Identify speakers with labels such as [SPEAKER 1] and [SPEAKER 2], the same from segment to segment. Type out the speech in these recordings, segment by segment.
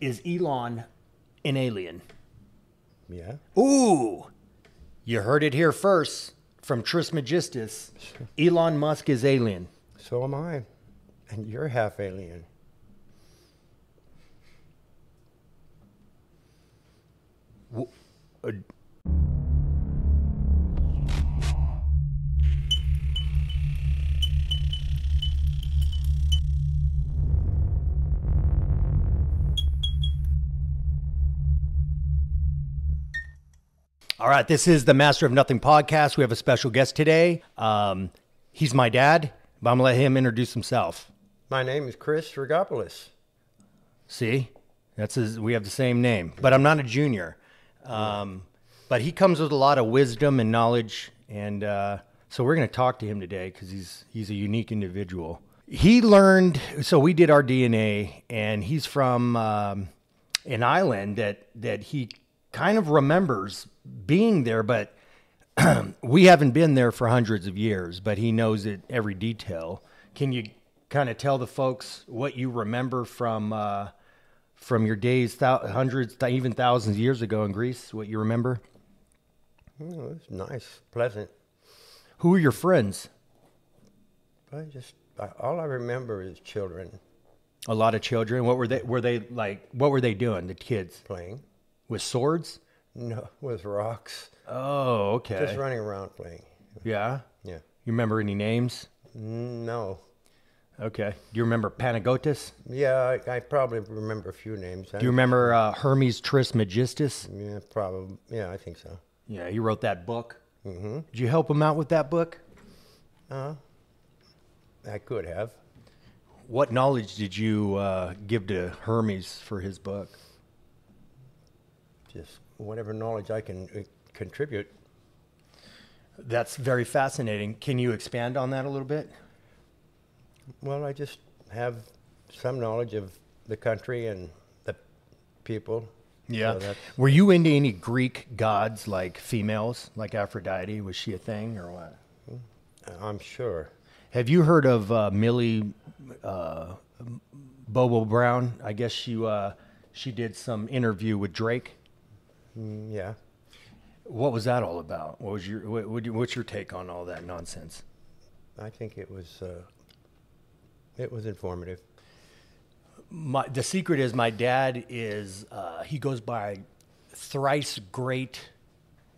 [SPEAKER 1] is Elon an alien?
[SPEAKER 2] Yeah.
[SPEAKER 1] Ooh, you heard it here first from Trismegistus. Elon Musk is alien.
[SPEAKER 2] So am I. And you're half alien.
[SPEAKER 1] All right, this is the Master of Nothing podcast. We have a special guest today. Um, he's my dad, but I'm gonna let him introduce himself.
[SPEAKER 2] My name is Chris Strigopoulos.
[SPEAKER 1] See, that's his, we have the same name, but I'm not a junior. Um, but he comes with a lot of wisdom and knowledge, and uh, so we're going to talk to him today because he's he's a unique individual. He learned so we did our DNA, and he's from um, an island that that he kind of remembers being there, but we haven't been there for hundreds of years, but he knows it every detail. Can you kind of tell the folks what you remember from uh, from your days, thou- hundreds, th- even thousands of years ago in Greece? What you remember?
[SPEAKER 2] Oh, it's nice, pleasant.
[SPEAKER 1] Who are your friends?
[SPEAKER 2] But I just I, all I remember is children
[SPEAKER 1] A lot of children. What were they? Were they like? What were they doing? The kids
[SPEAKER 2] playing.
[SPEAKER 1] with swords?
[SPEAKER 2] No, with rocks.
[SPEAKER 1] Oh, okay.
[SPEAKER 2] Just running around playing.
[SPEAKER 1] Yeah.
[SPEAKER 2] Yeah.
[SPEAKER 1] You remember any names?
[SPEAKER 2] No.
[SPEAKER 1] Okay. Do you remember Panagotis?
[SPEAKER 2] Yeah, I, I probably remember a few names.
[SPEAKER 1] Do you remember uh, Hermes Trismegistus?
[SPEAKER 2] Yeah, probably. Yeah, I think so.
[SPEAKER 1] Yeah, he wrote that book. Mm-hmm. Did you help him out with that book?
[SPEAKER 2] I could have.
[SPEAKER 1] What knowledge did you uh, give to Hermes for his book?
[SPEAKER 2] Just whatever knowledge I can uh, contribute.
[SPEAKER 1] That's very fascinating. Can you expand on that a little bit?
[SPEAKER 2] Well, I just have some knowledge of the country and the people. So that's-
[SPEAKER 1] Were you into any Greek gods like females, like Aphrodite? Was she a thing or what?
[SPEAKER 2] I'm sure.
[SPEAKER 1] Have you heard of uh, Millie uh, Bobo Brown? I guess she uh, she did some interview with Drake.
[SPEAKER 2] Mm, Yeah.
[SPEAKER 1] What was that all about? What was your what, what, what's your take on all that nonsense?
[SPEAKER 2] I think it was uh, it was informative.
[SPEAKER 1] my the secret is my dad is uh, he goes by thrice great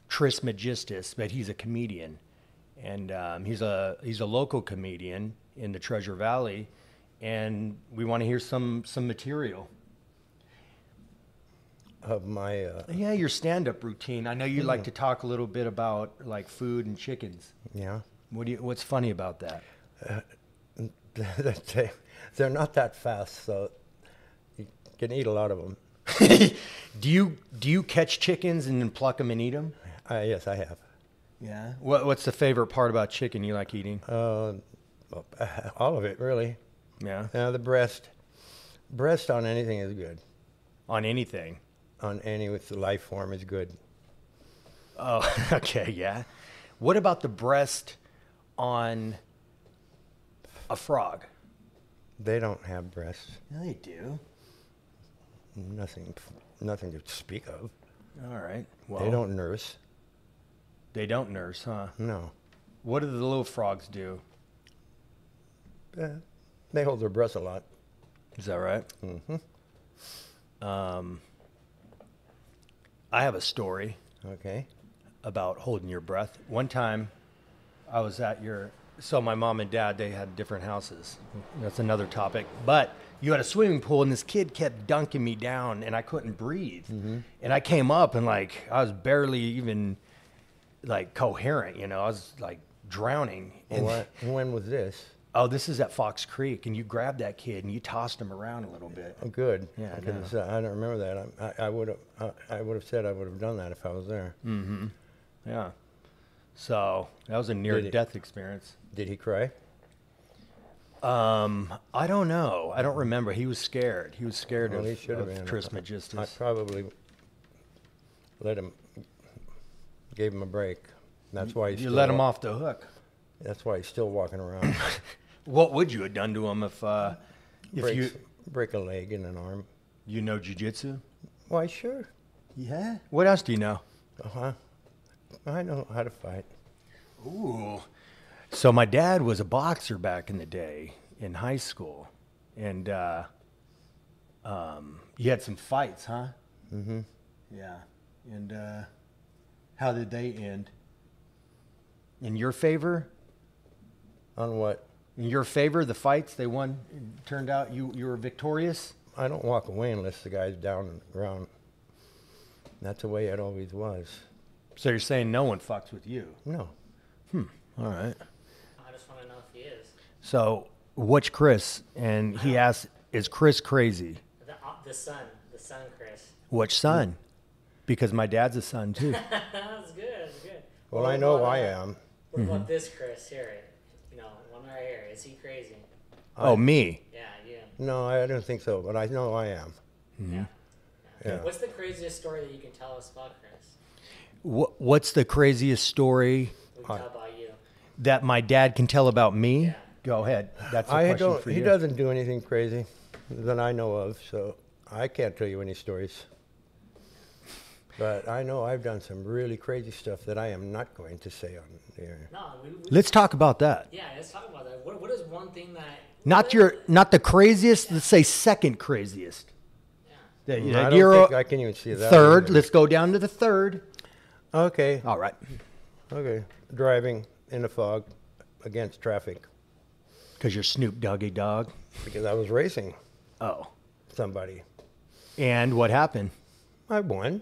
[SPEAKER 1] Trismegistus, but he's a comedian, and um, he's a he's a local comedian in the Treasure Valley, and we want to hear some some material.
[SPEAKER 2] Of my uh,
[SPEAKER 1] Yeah, your stand up routine. I know you like to talk a little bit about like food and chickens.
[SPEAKER 2] yeah,
[SPEAKER 1] What do you, what's funny about that?
[SPEAKER 2] they, they're not that fast, so you can eat a lot of them.
[SPEAKER 1] Do you do you catch chickens and then pluck them and eat them?
[SPEAKER 2] Uh, yes, I have.
[SPEAKER 1] Yeah. What what's the favorite part about chicken you like eating?
[SPEAKER 2] Uh, well, all of it really.
[SPEAKER 1] yeah.
[SPEAKER 2] Now the breast, breast on anything is good.
[SPEAKER 1] On anything.
[SPEAKER 2] On any with the life form is good.
[SPEAKER 1] Oh, okay, yeah. What about the breast on a frog?
[SPEAKER 2] They don't have breasts.
[SPEAKER 1] Yeah, they do.
[SPEAKER 2] Nothing, nothing to speak of.
[SPEAKER 1] All right. Well,
[SPEAKER 2] They don't nurse.
[SPEAKER 1] They don't nurse, huh?
[SPEAKER 2] No,
[SPEAKER 1] What do the little frogs do?
[SPEAKER 2] Eh, they hold their breath a lot.
[SPEAKER 1] Is that right? Mm-hmm. Um, I have a story
[SPEAKER 2] Okay.
[SPEAKER 1] about holding your breath. One time, I was at your. So my mom and dad they had different houses. That's another topic. But you had a swimming pool, and this kid kept dunking me down, and I couldn't breathe. And I came up, and like I was barely even like coherent. You know, I was like drowning. And
[SPEAKER 2] What? when was this?
[SPEAKER 1] oh, this is at Fox Creek, and you grabbed that kid and you tossed him around a little bit.
[SPEAKER 2] Oh, good.
[SPEAKER 1] Yeah, I
[SPEAKER 2] I, couldn't
[SPEAKER 1] know.
[SPEAKER 2] say- I don't remember that. I- I, I would have. I, I would have said I would have done that if I was there.
[SPEAKER 1] Mm. Yeah. So that was a near death experience.
[SPEAKER 2] Did he cry?
[SPEAKER 1] I don't know. I don't remember. He was scared. He was scared
[SPEAKER 2] Well,
[SPEAKER 1] of,
[SPEAKER 2] he should have
[SPEAKER 1] of
[SPEAKER 2] been.
[SPEAKER 1] Tris
[SPEAKER 2] I
[SPEAKER 1] Magistus.
[SPEAKER 2] probably let him. Gave him a break. That's why he's
[SPEAKER 1] You
[SPEAKER 2] still
[SPEAKER 1] let him
[SPEAKER 2] wa-
[SPEAKER 1] off the hook.
[SPEAKER 2] That's why he's still walking around.
[SPEAKER 1] What would you have done to him if, uh, if
[SPEAKER 2] breaks,
[SPEAKER 1] you?
[SPEAKER 2] break a leg and an arm.
[SPEAKER 1] You know jujitsu?
[SPEAKER 2] Why, sure.
[SPEAKER 1] Yeah. What else do you know?
[SPEAKER 2] Uh huh. I know how to fight.
[SPEAKER 1] Ooh. So my dad was a boxer back in the day in high school, and uh, um, you had some fights, huh? Mm-hmm. Yeah. And uh, how did they end? In your favor?
[SPEAKER 2] On what?
[SPEAKER 1] In your favor, the fights they won it turned out you you were victorious.
[SPEAKER 2] I don't walk away unless the guy's down and ground. That's the way it always was.
[SPEAKER 1] So you're saying no one fucks with you?
[SPEAKER 2] No.
[SPEAKER 1] All right.
[SPEAKER 3] I just want to know if he is.
[SPEAKER 1] So what's Chris? And he asked, "Is Chris crazy?
[SPEAKER 3] The, uh, the son, the son, Chris.
[SPEAKER 1] Which son?" Because my dad's a son too.
[SPEAKER 3] That's good. That's good.
[SPEAKER 2] Well, I know
[SPEAKER 3] what
[SPEAKER 2] I
[SPEAKER 3] about- uh,
[SPEAKER 2] am.
[SPEAKER 3] What about this Chris here? You know, one right here. Is he crazy?
[SPEAKER 1] oh, me.
[SPEAKER 3] Yeah, you.
[SPEAKER 2] No, I don't think so, but I know I am.
[SPEAKER 3] Yeah.
[SPEAKER 2] Yeah.
[SPEAKER 3] What's the craziest story that you can tell us about Chris?
[SPEAKER 1] Wh- what's the craziest story
[SPEAKER 3] We can tell about you.
[SPEAKER 1] that my dad can tell about me?
[SPEAKER 3] Yeah.
[SPEAKER 1] Go ahead. That's a
[SPEAKER 2] I
[SPEAKER 1] question
[SPEAKER 2] don't.
[SPEAKER 1] for
[SPEAKER 2] He
[SPEAKER 1] you.
[SPEAKER 2] doesn't do anything crazy that I know of, so I can't tell you any stories. But I know I've done some really crazy stuff that I am not going to say on the air.
[SPEAKER 3] No, we, we,
[SPEAKER 1] Let's talk about that.
[SPEAKER 3] yeah, let's talk about that. What, what is one thing that
[SPEAKER 1] Not your, not the craziest. Let's say second craziest.
[SPEAKER 3] Yeah.
[SPEAKER 1] That,
[SPEAKER 2] Mm, I
[SPEAKER 1] that
[SPEAKER 2] don't
[SPEAKER 1] you're
[SPEAKER 2] think
[SPEAKER 1] a-
[SPEAKER 2] I can even see that.
[SPEAKER 1] third.
[SPEAKER 2] either.
[SPEAKER 1] Let's go down to the third.
[SPEAKER 2] Okay.
[SPEAKER 1] All right.
[SPEAKER 2] Okay. Driving in the fog against traffic
[SPEAKER 1] Because you're Snoop Doggy Dog.
[SPEAKER 2] because I was racing
[SPEAKER 1] Oh.
[SPEAKER 2] somebody.
[SPEAKER 1] And what happened?
[SPEAKER 2] I won.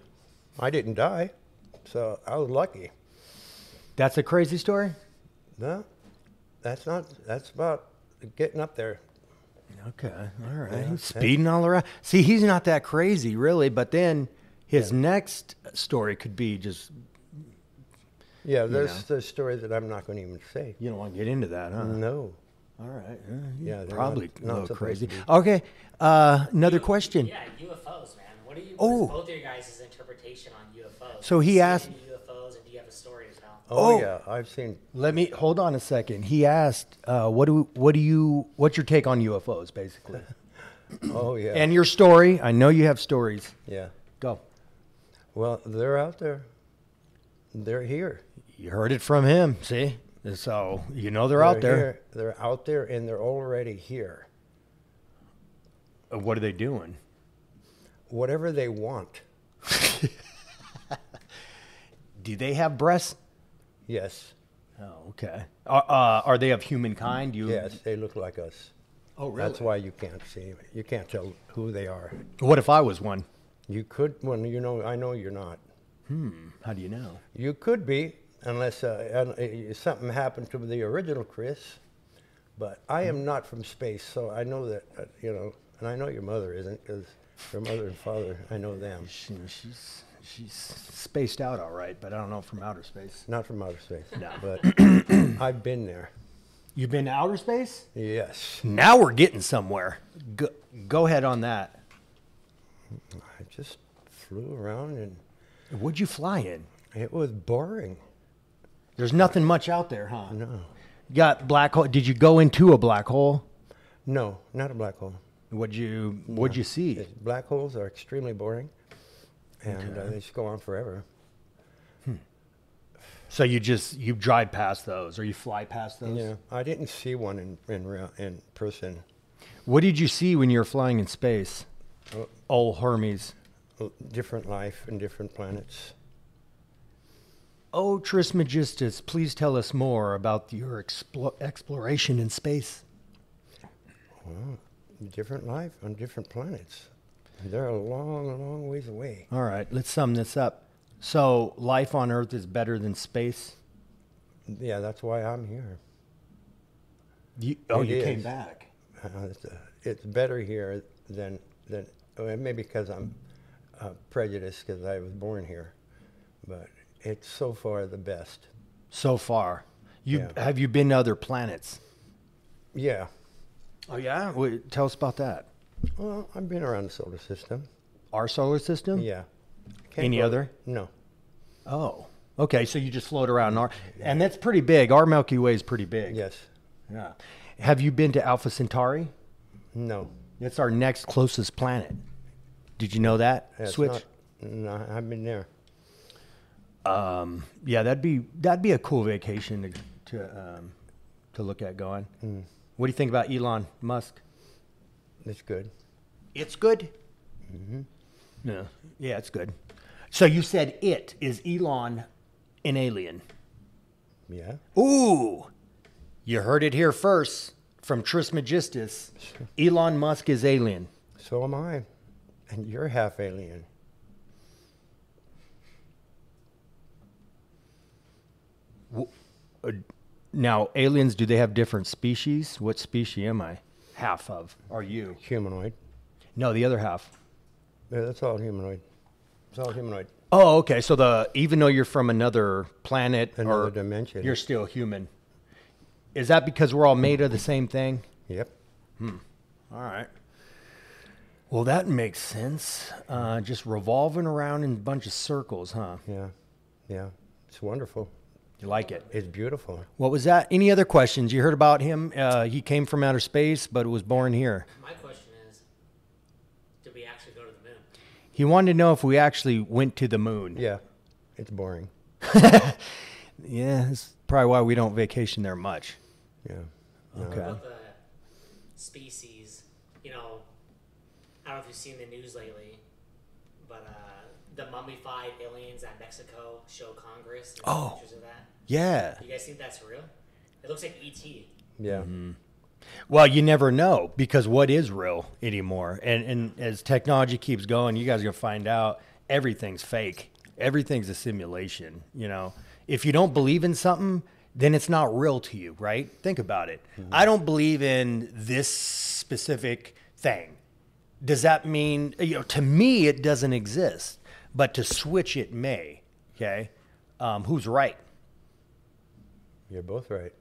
[SPEAKER 2] I didn't die, so I was lucky.
[SPEAKER 1] That's a crazy story.
[SPEAKER 2] No, that's not. That's about getting up there.
[SPEAKER 1] Okay, all right. Speeding all around. See, he's not that crazy, really. But then his next story could be just
[SPEAKER 2] Yeah, there's
[SPEAKER 1] know. Uh-huh.
[SPEAKER 2] the story that I'm not going to even say.
[SPEAKER 1] you don't want to get into that, huh?
[SPEAKER 2] No.
[SPEAKER 1] All right.
[SPEAKER 2] Yeah,
[SPEAKER 1] Yeah,
[SPEAKER 2] they're not-
[SPEAKER 1] probably
[SPEAKER 2] not
[SPEAKER 1] a little
[SPEAKER 2] supposed
[SPEAKER 1] crazy.
[SPEAKER 2] to be.
[SPEAKER 1] Okay, uh, another question.
[SPEAKER 3] Yeah, UFOs, man. What do you?
[SPEAKER 1] Oh.
[SPEAKER 3] Oh. Both of your guys' interpretation on UFOs.
[SPEAKER 1] So
[SPEAKER 3] Have
[SPEAKER 1] he
[SPEAKER 3] you seen
[SPEAKER 1] asked-
[SPEAKER 3] any UFOs, and do you have a story to tell?
[SPEAKER 2] Oh,
[SPEAKER 1] Oh.
[SPEAKER 2] yeah, I've seen.
[SPEAKER 1] Let me hold on a second. He asked, uh, "What do what do you what's your take on UFOs, basically?"
[SPEAKER 2] Oh yeah.
[SPEAKER 1] and your story. I know you have stories.
[SPEAKER 2] yeah.
[SPEAKER 1] Go.
[SPEAKER 2] Well, they're out there. They're here.
[SPEAKER 1] You heard it from him. See, so you know they're, out there.
[SPEAKER 2] here. They're out there, and they're already here.
[SPEAKER 1] Uh, What are they doing?
[SPEAKER 2] Whatever they want.
[SPEAKER 1] Do they have breasts?
[SPEAKER 2] Yes.
[SPEAKER 1] Oh, okay. Are, uh, are they of humankind? You,
[SPEAKER 2] Yes. They look like us.
[SPEAKER 1] Oh, really?
[SPEAKER 2] That's why you can't see. You can't tell who they are.
[SPEAKER 1] What if I was one?
[SPEAKER 2] You could. Well, you know. I know you're not.
[SPEAKER 1] How do you know?
[SPEAKER 2] You could be, unless uh, un- uh, something happened to the original Chris. But I am not from space, so I know that, uh, you know, and I know your mother isn't, because your mother and father, I know them.
[SPEAKER 1] She, she's she's spaced out all right, but I don't know from outer space.
[SPEAKER 2] Not from outer space.
[SPEAKER 1] No.
[SPEAKER 2] But I've been there.
[SPEAKER 1] You've been to outer space?
[SPEAKER 2] Yes.
[SPEAKER 1] Now we're getting somewhere. Go, go ahead on that.
[SPEAKER 2] I just flew around and
[SPEAKER 1] What'd you fly in?
[SPEAKER 2] it was boring.
[SPEAKER 1] There's nothing much out there, huh?
[SPEAKER 2] No.
[SPEAKER 1] You got black hole. Did you go into a black hole?
[SPEAKER 2] No, not a black hole.
[SPEAKER 1] What'd you What'd you see?
[SPEAKER 2] It- Black holes are extremely boring, and uh, they just go on forever.
[SPEAKER 1] So you just you drive past those, or you fly past those?
[SPEAKER 2] Yeah, I didn't see one in in, real, in person.
[SPEAKER 1] What did you see when you were flying in space? Oh, Hermes.
[SPEAKER 2] l- different life and different planets.
[SPEAKER 1] Oh, Trismegistus, please tell us more about your explo- exploration in space.
[SPEAKER 2] Different life on different planets. They're a long, long ways away.
[SPEAKER 1] All right, let's sum this up. So, life on Earth is better than space.
[SPEAKER 2] Yeah, that's why I'm here.
[SPEAKER 1] You, oh,
[SPEAKER 2] It
[SPEAKER 1] you
[SPEAKER 2] is.
[SPEAKER 1] came back.
[SPEAKER 2] Uh, it's, uh, it's better here than than well, maybe because I'm uh, prejudiced because I was born here, but it's so far the best.
[SPEAKER 1] So far, you
[SPEAKER 2] Yeah.
[SPEAKER 1] have you been to other planets?
[SPEAKER 2] Yeah.
[SPEAKER 1] Oh yeah. Wait, tell us about that.
[SPEAKER 2] Well, I've been around the solar system.
[SPEAKER 1] Our solar system.
[SPEAKER 2] Yeah.
[SPEAKER 1] Any
[SPEAKER 2] go-
[SPEAKER 1] other?
[SPEAKER 2] No.
[SPEAKER 1] Oh. Okay, so you just float around in our, and that's pretty big. Our Milky Way is pretty big.
[SPEAKER 2] Yes.
[SPEAKER 1] Yeah. Have you been to Alpha Centauri?
[SPEAKER 2] No.
[SPEAKER 1] That's our next closest planet. Did you know that
[SPEAKER 2] That's
[SPEAKER 1] switch?
[SPEAKER 2] not- no, I've been there.
[SPEAKER 1] yeah, that'd be that'd be a cool vacation to to um, to look at going. What do you think about Elon Musk?
[SPEAKER 2] It's good.
[SPEAKER 1] It's good. Yeah, yeah, it's good. So you said it is Elon, an alien.
[SPEAKER 2] Yeah.
[SPEAKER 1] Ooh, you heard it here first from Tris Magistus. Elon Musk is alien.
[SPEAKER 2] So am I. And you're half alien.
[SPEAKER 1] Now, aliens, do they have different species? What species am I? Half of. Are you?
[SPEAKER 2] Humanoid.
[SPEAKER 1] No, the other half.
[SPEAKER 2] Yeah, that's all humanoid. It's all humanoid.
[SPEAKER 1] Oh, okay. So the even though you're from another planet
[SPEAKER 2] Another
[SPEAKER 1] or
[SPEAKER 2] dimension.
[SPEAKER 1] you're still human. Is that because we're all made of the same thing?
[SPEAKER 2] Yep.
[SPEAKER 1] All right. Well, that makes sense. Uh, just revolving around in a bunch of circles, huh?
[SPEAKER 2] Yeah. Yeah. It's wonderful.
[SPEAKER 1] You like it?
[SPEAKER 2] It's beautiful.
[SPEAKER 1] What was that? Any other questions? You heard about him? Uh, he came from outer space, but was born here.
[SPEAKER 3] My question is, did we actually go to the moon?
[SPEAKER 1] He wanted to know if we actually went to the moon.
[SPEAKER 2] Yeah. It's boring.
[SPEAKER 1] Yeah, that's probably why we don't vacation there much.
[SPEAKER 2] Yeah.
[SPEAKER 1] Okay.
[SPEAKER 3] What the species, you know, I don't know if you've seen the news lately, but uh, the mummified aliens at Mexico show Congress. There's
[SPEAKER 1] Oh.
[SPEAKER 3] Pictures of that.
[SPEAKER 1] Yeah.
[SPEAKER 3] You guys think that's real? It looks like E ET.
[SPEAKER 2] Yeah.
[SPEAKER 1] Mm-hmm. Well, you never know because what is real anymore? And and as technology keeps going, you guys are gonna find out everything's fake. Everything's a simulation. You know, if you don't believe in something, then it's not real to you, right? Think about it. I don't believe in this specific thing. Does that mean you know? To me, it doesn't exist, but to switch, it may. Okay, um, who's right?
[SPEAKER 2] You're both right.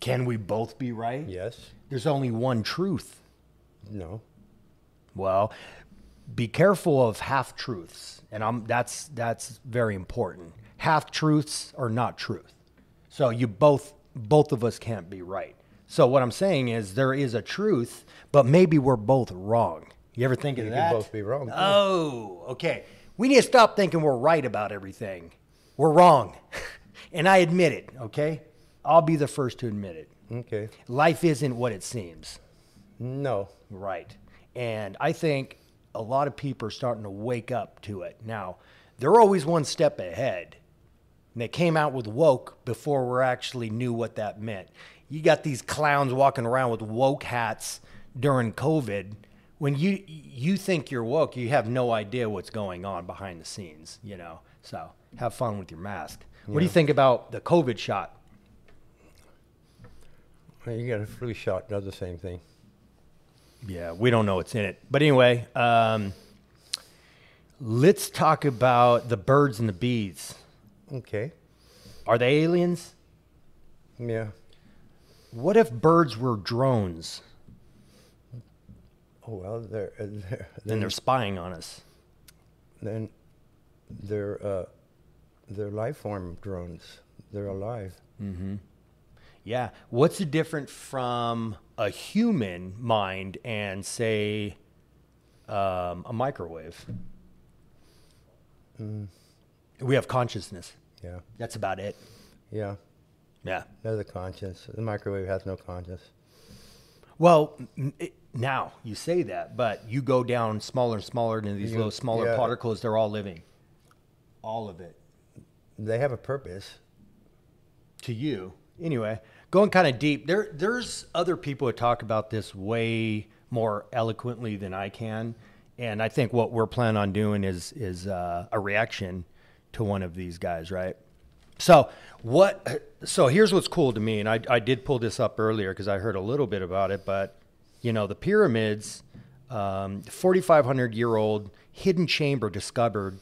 [SPEAKER 1] Can we both be right?
[SPEAKER 2] Yes.
[SPEAKER 1] There's only one truth.
[SPEAKER 2] No.
[SPEAKER 1] Well, be careful of half truths, and I'm that's that's very important. Half truths are not truth. So you both both of us can't be right. So what I'm saying is there is a truth, but maybe we're both wrong. You ever think of
[SPEAKER 2] You
[SPEAKER 1] that?
[SPEAKER 2] can both be wrong. too.
[SPEAKER 1] Oh, okay. We need to stop thinking we're right about everything. We're wrong, and I admit it. Okay, I'll be the first to admit it.
[SPEAKER 2] Okay.
[SPEAKER 1] Life isn't what it seems.
[SPEAKER 2] No.
[SPEAKER 1] Right. And I think a lot of people are starting to wake up to it. Now, they're always one step ahead. And they came out with woke before we actually knew what that meant. You got these clowns walking around with woke hats during COVID. When you you think you're woke, you have no idea what's going on behind the scenes, you know. So have fun with your mask. What do you think about the COVID shot?
[SPEAKER 2] Well, You got a flu shot, does the same thing.
[SPEAKER 1] Yeah, we don't know what's in it. But anyway, um, let's talk about the birds and the bees.
[SPEAKER 2] Okay.
[SPEAKER 1] Are they aliens?
[SPEAKER 2] Yeah.
[SPEAKER 1] What if birds were drones
[SPEAKER 2] Oh well, they're, uh, they're
[SPEAKER 1] and
[SPEAKER 2] then
[SPEAKER 1] they're spying on us?
[SPEAKER 2] then they're uh, they're life form drones. They're alive.
[SPEAKER 1] Yeah. What's the difference from a human mind and, say, um, a microwave? We have consciousness.
[SPEAKER 2] Yeah.
[SPEAKER 1] That's about it.
[SPEAKER 2] Yeah.
[SPEAKER 1] Yeah.
[SPEAKER 2] They're the conscience. The microwave has no conscience.
[SPEAKER 1] Well, m- it, now you say that, but you go down smaller and smaller into these
[SPEAKER 2] You-
[SPEAKER 1] little smaller
[SPEAKER 2] yeah.
[SPEAKER 1] particles. They're all living, all of it
[SPEAKER 2] They have a purpose.
[SPEAKER 1] to you. Anyway, going kind of deep. There, there's other people who talk about this way more eloquently than I can, and I think what we're planning on doing is is uh, a reaction to one of these guys, right? So what? So here's what's cool to me, and I, I did pull this up earlier because I heard a little bit about it, but you know the pyramids, um, 4,500 year old hidden chamber discovered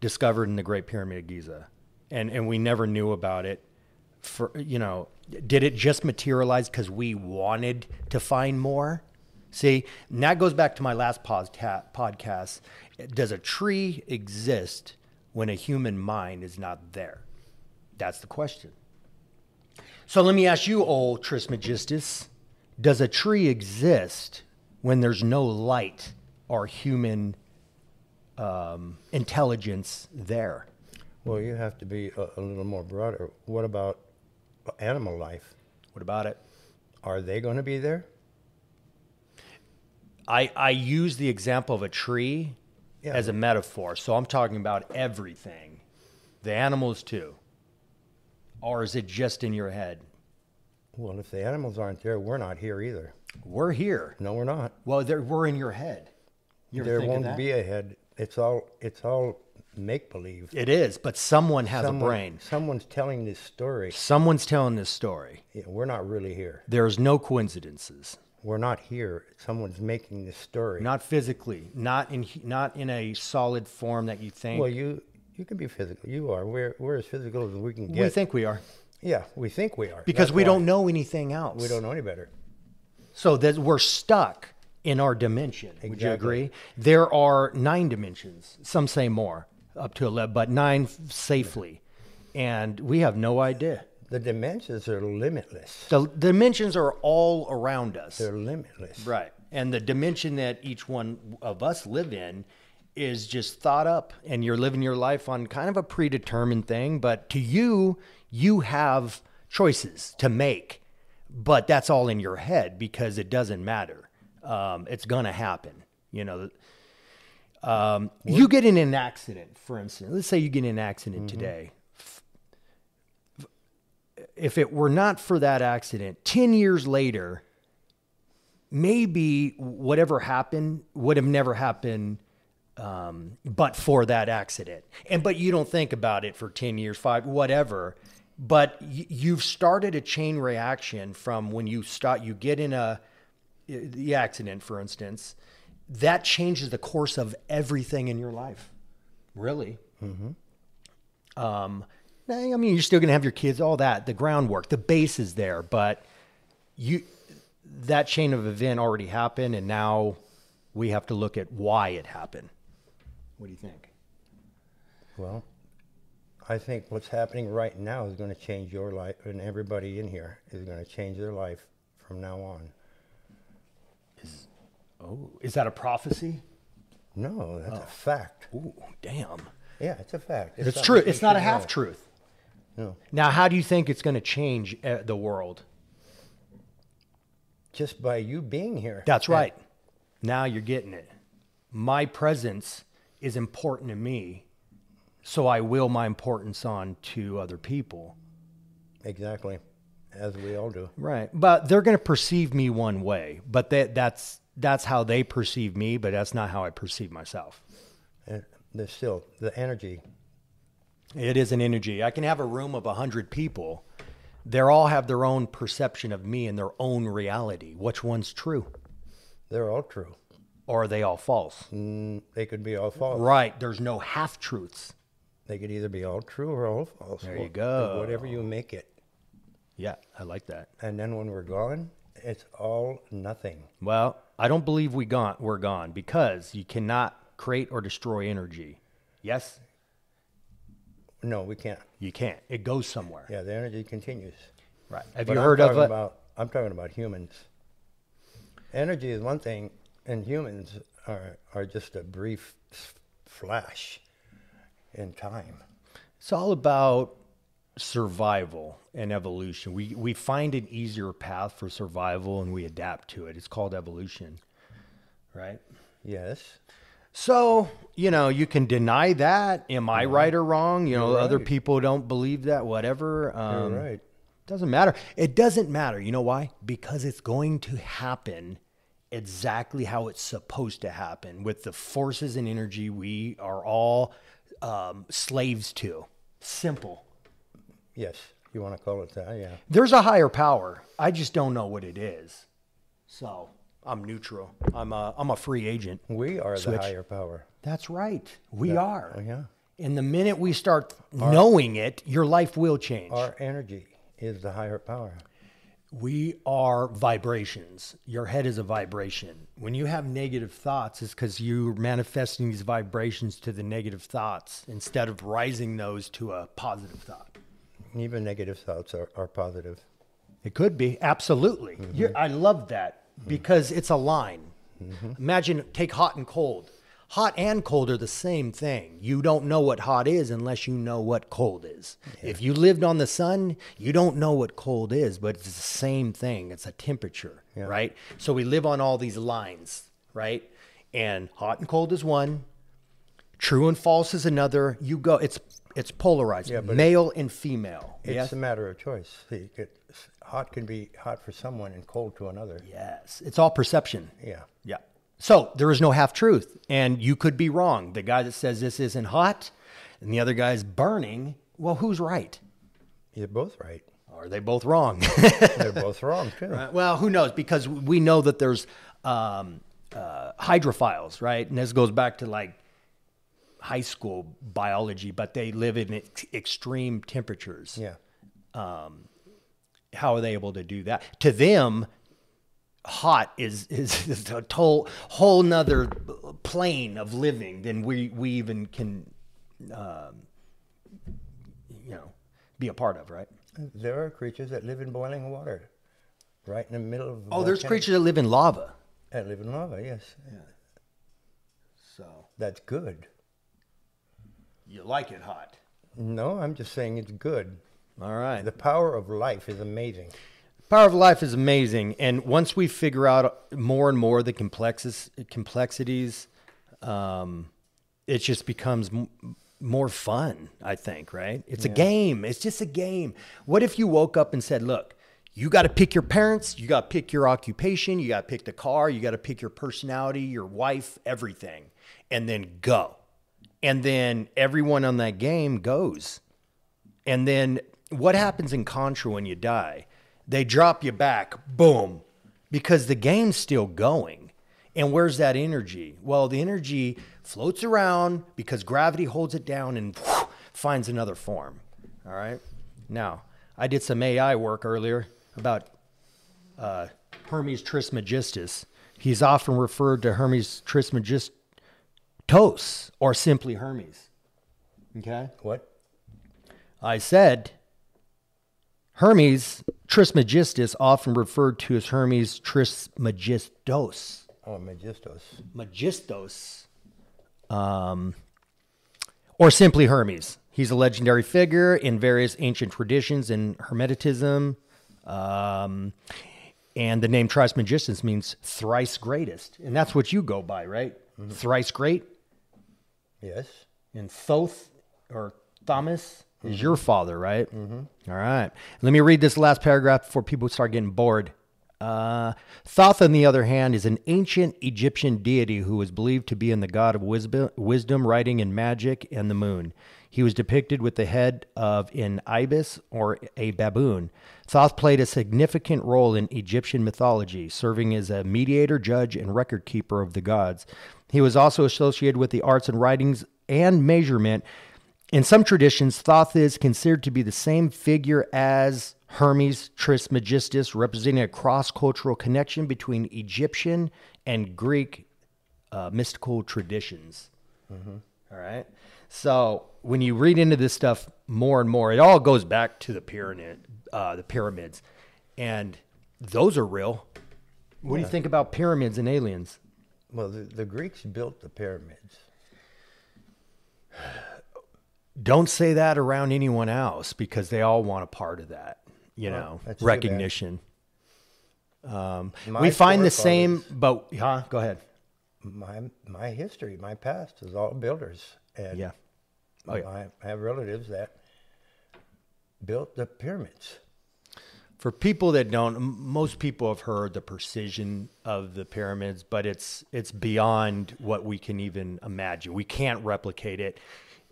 [SPEAKER 1] discovered in the Great Pyramid of Giza, and and we never knew about it. For you know, did it just materialize because we wanted to find more? See, and that goes back to my last podca- podcast. Does a tree exist when a human mind is not there? That's the question. So let me ask you, old Trismegistus, does a tree exist when there's no light our human um, intelligence there.
[SPEAKER 2] Well, you have to be a, a little more broader. What about animal life?
[SPEAKER 1] What about it?
[SPEAKER 2] Are they going to be there?
[SPEAKER 1] I, I use the example of a tree
[SPEAKER 2] Yeah.
[SPEAKER 1] as a metaphor. So I'm talking about everything, the animals too. Or is it just in your head?
[SPEAKER 2] Well, if the animals aren't there, we're not here either.
[SPEAKER 1] We're here.
[SPEAKER 2] No, we're not.
[SPEAKER 1] Well, there, we're in your head. You ever
[SPEAKER 2] there
[SPEAKER 1] think of
[SPEAKER 2] won't
[SPEAKER 1] that?
[SPEAKER 2] be a head. It's all it's all make believe.
[SPEAKER 1] It is, but someone has a brain.
[SPEAKER 2] Someone's telling this story.
[SPEAKER 1] Someone's telling this story.
[SPEAKER 2] Yeah, We're not really here.
[SPEAKER 1] There's no coincidences.
[SPEAKER 2] We're not here. Someone's making this story.
[SPEAKER 1] Not physically, not in not in a solid form that you think.
[SPEAKER 2] well, you you can be physical. You are. We're we're as physical as we can get.
[SPEAKER 1] we think we are
[SPEAKER 2] Yeah, we think we are
[SPEAKER 1] because
[SPEAKER 2] That's
[SPEAKER 1] we
[SPEAKER 2] why.
[SPEAKER 1] don't know anything else.
[SPEAKER 2] We don't know any better.
[SPEAKER 1] So that we're stuck in our dimension. Would you
[SPEAKER 2] Exactly.
[SPEAKER 1] agree? There are nine dimensions. Some say more, up to eleven, but nine f- safely, and we have no idea.
[SPEAKER 2] The dimensions are limitless.
[SPEAKER 1] The dimensions are all around us.
[SPEAKER 2] They're limitless.
[SPEAKER 1] Right. And the dimension that each one of us live in is just thought up and you're living your life on kind of a predetermined thing, but to you you have choices to make. But that's all in your head because it doesn't matter. Um, it's gonna happen. You know, um, you get in an accident, for instance. Let's say you get in an accident today. F- f- If it were not for that accident, 10 years later, maybe whatever happened would have never happened um, but for that accident and but you don't think about it for 10 years 5 whatever but y- you've started a chain reaction from when you start you get in a uh, the accident for instance that changes the course of everything in your life really um, I mean, you're still going to have your kids, all that, the groundwork, the base is there, but you that chain of event already happened, and now we have to look at why it happened. What do you think?
[SPEAKER 2] Well, I think what's happening right now is going to change your life, and everybody in here is going to change their life from now on.
[SPEAKER 1] Oh, is that a prophecy?
[SPEAKER 2] No, that's a fact.
[SPEAKER 1] Ooh, damn!
[SPEAKER 2] Yeah, it's a fact.
[SPEAKER 1] Oh. It's,
[SPEAKER 2] something
[SPEAKER 1] true.
[SPEAKER 2] you
[SPEAKER 1] It's not a
[SPEAKER 2] should know.
[SPEAKER 1] half truth.
[SPEAKER 2] No,
[SPEAKER 1] Now, how do you think it's going to change uh, the world?
[SPEAKER 2] just by you being here.
[SPEAKER 1] That's right. Eh, Now you're getting it. My presence is important to me, so I will my importance on to other people.
[SPEAKER 2] Exactly, as we all do.
[SPEAKER 1] Right. But they're going to perceive me one way, but that that's that's how they perceive me, but that's not how I perceive myself.
[SPEAKER 2] And there's still the energy.
[SPEAKER 1] It is an energy. I can have a room of 100 people. They all have their own perception of me and their own reality. Which one's true?
[SPEAKER 2] They're all true.
[SPEAKER 1] Or are they all false?
[SPEAKER 2] Mm, they could be all false.
[SPEAKER 1] Right. There's no half truths.
[SPEAKER 2] They could either be all true or all false.
[SPEAKER 1] There you
[SPEAKER 2] Wha-
[SPEAKER 1] go.
[SPEAKER 2] Whatever you make it.
[SPEAKER 1] Yeah, I like that.
[SPEAKER 2] And then when we're gone, it's all nothing.
[SPEAKER 1] Well, I don't believe we gone we're gone because you cannot create or destroy energy. Yes,
[SPEAKER 2] No, we can't.
[SPEAKER 1] you can't. It goes somewhere.
[SPEAKER 2] Yeah, the energy continues.
[SPEAKER 1] Right. Have
[SPEAKER 2] But
[SPEAKER 1] you
[SPEAKER 2] I'm
[SPEAKER 1] heard of
[SPEAKER 2] talking
[SPEAKER 1] it?
[SPEAKER 2] About, I'm talking about humans. Energy is one thing, and humans are, are just a brief s- flash in time.
[SPEAKER 1] It's all about survival and evolution. We we find an easier path for survival and we adapt to it. It's called evolution. Right?
[SPEAKER 2] Yes.
[SPEAKER 1] So, you know, you can deny that. Am I right or wrong? You know,
[SPEAKER 2] Mm-hmm. You're
[SPEAKER 1] other
[SPEAKER 2] right.
[SPEAKER 1] people don't believe that, whatever.
[SPEAKER 2] You're
[SPEAKER 1] Um,
[SPEAKER 2] right.
[SPEAKER 1] Doesn't matter. It doesn't matter. You know why? Because it's going to happen exactly how it's supposed to happen with the forces and energy we are all um, slaves to. Simple.
[SPEAKER 2] Yes. You want to call it that? Yeah.
[SPEAKER 1] There's a higher power. I just don't know what it is. So I'm neutral. I'm a, I'm a free agent.
[SPEAKER 2] We are
[SPEAKER 1] Switch.
[SPEAKER 2] the higher power.
[SPEAKER 1] That's right. We are.
[SPEAKER 2] oh, yeah.
[SPEAKER 1] And the minute we start knowing it, your life will change.
[SPEAKER 2] Our energy is the higher power.
[SPEAKER 1] We are vibrations. Your head is a vibration. When you have negative thoughts, it's because you're manifesting these vibrations to the negative thoughts instead of rising those to a positive thought.
[SPEAKER 2] Even negative thoughts are, are positive. Mm-hmm.
[SPEAKER 1] It could be absolutely. You're, I love that because it's a line.
[SPEAKER 2] Mm-hmm.
[SPEAKER 1] Imagine take hot and cold. Hot and cold are the same thing. You don't know what hot is unless you know what cold is. If you lived on the sun, you don't know what cold is, but it's the same thing. It's a temperature, right? So we live on all these lines, right? And hot and cold is one, true and false is another. You go it's it's polarized. male and female.
[SPEAKER 2] It's
[SPEAKER 1] yes.
[SPEAKER 2] a matter of choice. See, you could- hot can be hot for someone and cold to another.
[SPEAKER 1] Yes. It's all perception.
[SPEAKER 2] Yeah.
[SPEAKER 1] Yeah. So there is no half truth, and you could be wrong. The guy that says this isn't hot, and the other guy's burning. Well, who's right?
[SPEAKER 2] You're both right.
[SPEAKER 1] Are they both wrong?
[SPEAKER 2] They're both wrong too.
[SPEAKER 1] well, who knows? Because we know that there's um, uh, hydrophiles, right? And this goes back to like high school biology, but they live in ex- extreme temperatures.
[SPEAKER 2] Yeah.
[SPEAKER 1] How are they able to do that? To them, hot is is, is a whole whole nother plane of living than we we even can um, you know be a part of right
[SPEAKER 2] There are creatures that live in boiling water, right in the middle of.
[SPEAKER 1] oh there's
[SPEAKER 2] volcanic-
[SPEAKER 1] creatures that live in lava
[SPEAKER 2] that live in lava. Yes,
[SPEAKER 1] so
[SPEAKER 2] that's good.
[SPEAKER 1] you like it hot
[SPEAKER 2] No, I'm just saying it's good.
[SPEAKER 1] all right
[SPEAKER 2] The power of life is amazing.
[SPEAKER 1] Power of Life is amazing, and once we figure out more and more the complexes, complexities, um, it just becomes m- more fun. I think, right? It's a game. It's just a game. What if you woke up and said, "Look, you got to pick your parents, you got to pick your occupation, you got to pick the car, you got to pick your personality, your wife, everything, and then go." And then everyone on that game goes. And then what happens in Contra when you die? They drop you back, boom, because the game's still going. And where's that energy? Well, the energy floats around because gravity holds it down and finds another form. All right. Now, I did some AI work earlier about uh, Hermes Trismegistus. He's often referred to Hermes Trismegistos or simply Hermes. Okay.
[SPEAKER 2] What?
[SPEAKER 1] I said Hermes Trismegistus, often referred to as Hermes Trismegistos,
[SPEAKER 2] Oh, Megistos.
[SPEAKER 1] Megistos, um, or simply Hermes. He's a legendary figure in various ancient traditions in Hermeticism. Um, and the name Trismegistus means thrice greatest. And that's what you go by, right? Thrice great
[SPEAKER 2] Yes.
[SPEAKER 1] and Thoth or Thomas is your father, right? Mm-hmm. right. Let me read this last paragraph before people start getting bored. Uh, Thoth, on the other hand, is an ancient Egyptian deity who was believed to be in the god of wisdom, wisdom, writing, and magic, and the moon. He was depicted with the head of an ibis or a baboon. Thoth played a significant role in Egyptian mythology, serving as a mediator, judge, and record keeper of the gods. He was also associated with the arts and writings and measurement. In some traditions, Thoth is considered to be the same figure as Hermes Trismegistus, representing a cross cultural connection between Egyptian and Greek uh, mystical traditions. All right. So when you read into this stuff more and more, it all goes back to the pyramid, uh, the pyramids, and those are real. What do you think about pyramids and aliens?
[SPEAKER 2] Well, the, the Greeks built the pyramids.
[SPEAKER 1] Don't say that around anyone else because they all want a part of that, you know,
[SPEAKER 2] that's too bad.
[SPEAKER 1] recognition. Um,
[SPEAKER 2] My
[SPEAKER 1] we find the
[SPEAKER 2] forefathers-
[SPEAKER 1] same, but huh? Go ahead.
[SPEAKER 2] My my history, my past is all builders, and
[SPEAKER 1] Yeah. Oh, yeah.
[SPEAKER 2] I, I have relatives that built the pyramids.
[SPEAKER 1] for people that don't m- most people have heard the precision of the pyramids but it's it's beyond what we can even imagine we can't replicate it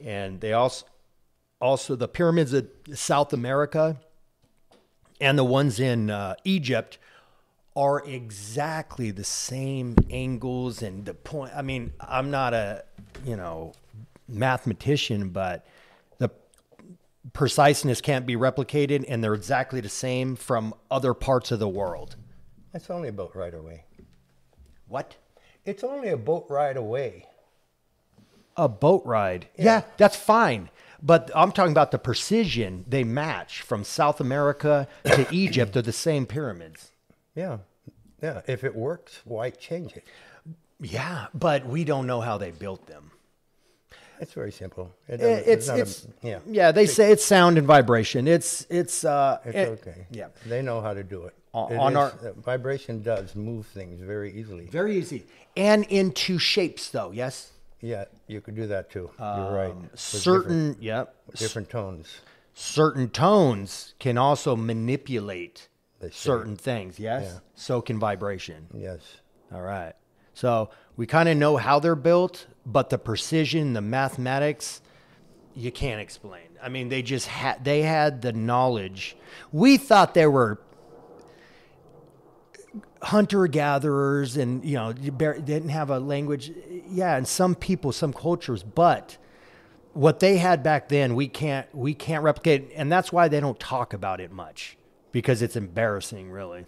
[SPEAKER 1] and they also also the pyramids of south america and the ones in uh, egypt are exactly the same angles and the point i mean i'm not a you know mathematician but the preciseness can't be replicated and they're exactly the same from other parts of the world.
[SPEAKER 2] That's only a boat ride away.
[SPEAKER 1] What?
[SPEAKER 2] It's only a boat ride away.
[SPEAKER 1] A boat ride. Yeah, that's fine. But I'm talking about the precision they match from South America to Egypt. They're the same pyramids.
[SPEAKER 2] Yeah, yeah. If it works, why change it?
[SPEAKER 1] Yeah, but we don't know how they built them.
[SPEAKER 2] It's very simple. It
[SPEAKER 1] I-
[SPEAKER 2] doesn't-
[SPEAKER 1] It's
[SPEAKER 2] not a-
[SPEAKER 1] it's
[SPEAKER 2] yeah.
[SPEAKER 1] yeah. They say it's sound and vibration. It's it's uh.
[SPEAKER 2] It's
[SPEAKER 1] it-
[SPEAKER 2] okay.
[SPEAKER 1] Yeah.
[SPEAKER 2] They know how to do it.
[SPEAKER 1] O-
[SPEAKER 2] It
[SPEAKER 1] on
[SPEAKER 2] is-
[SPEAKER 1] our-
[SPEAKER 2] uh, vibration does move things very easily.
[SPEAKER 1] Very easy. And into shapes though. Yes.
[SPEAKER 2] Yeah, you could do that too. You're right. With different,
[SPEAKER 1] Um, Certain. Yeah. s-
[SPEAKER 2] different tones.
[SPEAKER 1] Certain tones can also manipulate
[SPEAKER 2] They see.
[SPEAKER 1] certain things. Yes.
[SPEAKER 2] Yeah.
[SPEAKER 1] So can vibration.
[SPEAKER 2] Yes.
[SPEAKER 1] All right. So we kind of know how they're built, but the precision, the mathematics, you can't explain. I mean, they just had they had the knowledge. We thought there were hunter gatherers and you know you bar- they didn't have a language yeah and some people some cultures but what they had back then we can't we can't replicate and that's why they don't talk about it much because it's embarrassing really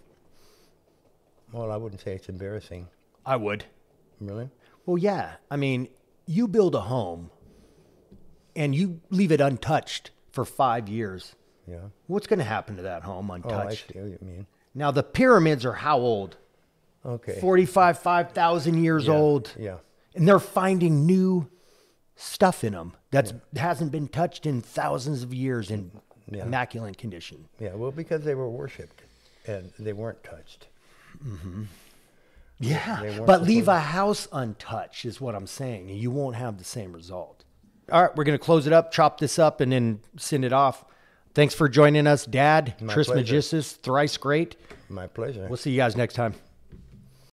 [SPEAKER 2] Well, I wouldn't say it's embarrassing.
[SPEAKER 1] i would
[SPEAKER 2] Really?
[SPEAKER 1] Well, yeah. I mean, you build a home and you leave it untouched for five years.
[SPEAKER 2] Yeah.
[SPEAKER 1] What's going to happen to that home
[SPEAKER 2] Oh, I
[SPEAKER 1] untouched?
[SPEAKER 2] see what you mean.
[SPEAKER 1] now, the pyramids are how old?
[SPEAKER 2] Okay.
[SPEAKER 1] 45, 5,000 years
[SPEAKER 2] Yeah,
[SPEAKER 1] old.
[SPEAKER 2] Yeah.
[SPEAKER 1] And they're finding new stuff in them that hasn't been touched in thousands of years in
[SPEAKER 2] Yeah.
[SPEAKER 1] immaculate condition.
[SPEAKER 2] Yeah. Well, because they were worshipped and they weren't touched. they
[SPEAKER 1] Yeah,
[SPEAKER 2] weren't
[SPEAKER 1] but leave
[SPEAKER 2] supported.
[SPEAKER 1] a house untouched is what I'm saying, and you won't have the same result. All right, we're gonna close it up, chop this up, and then send it off. Thanks for joining us, Dad,
[SPEAKER 2] My
[SPEAKER 1] Tris
[SPEAKER 2] pleasure.
[SPEAKER 1] Magis, thrice great.
[SPEAKER 2] My pleasure.
[SPEAKER 1] We'll see you guys next time.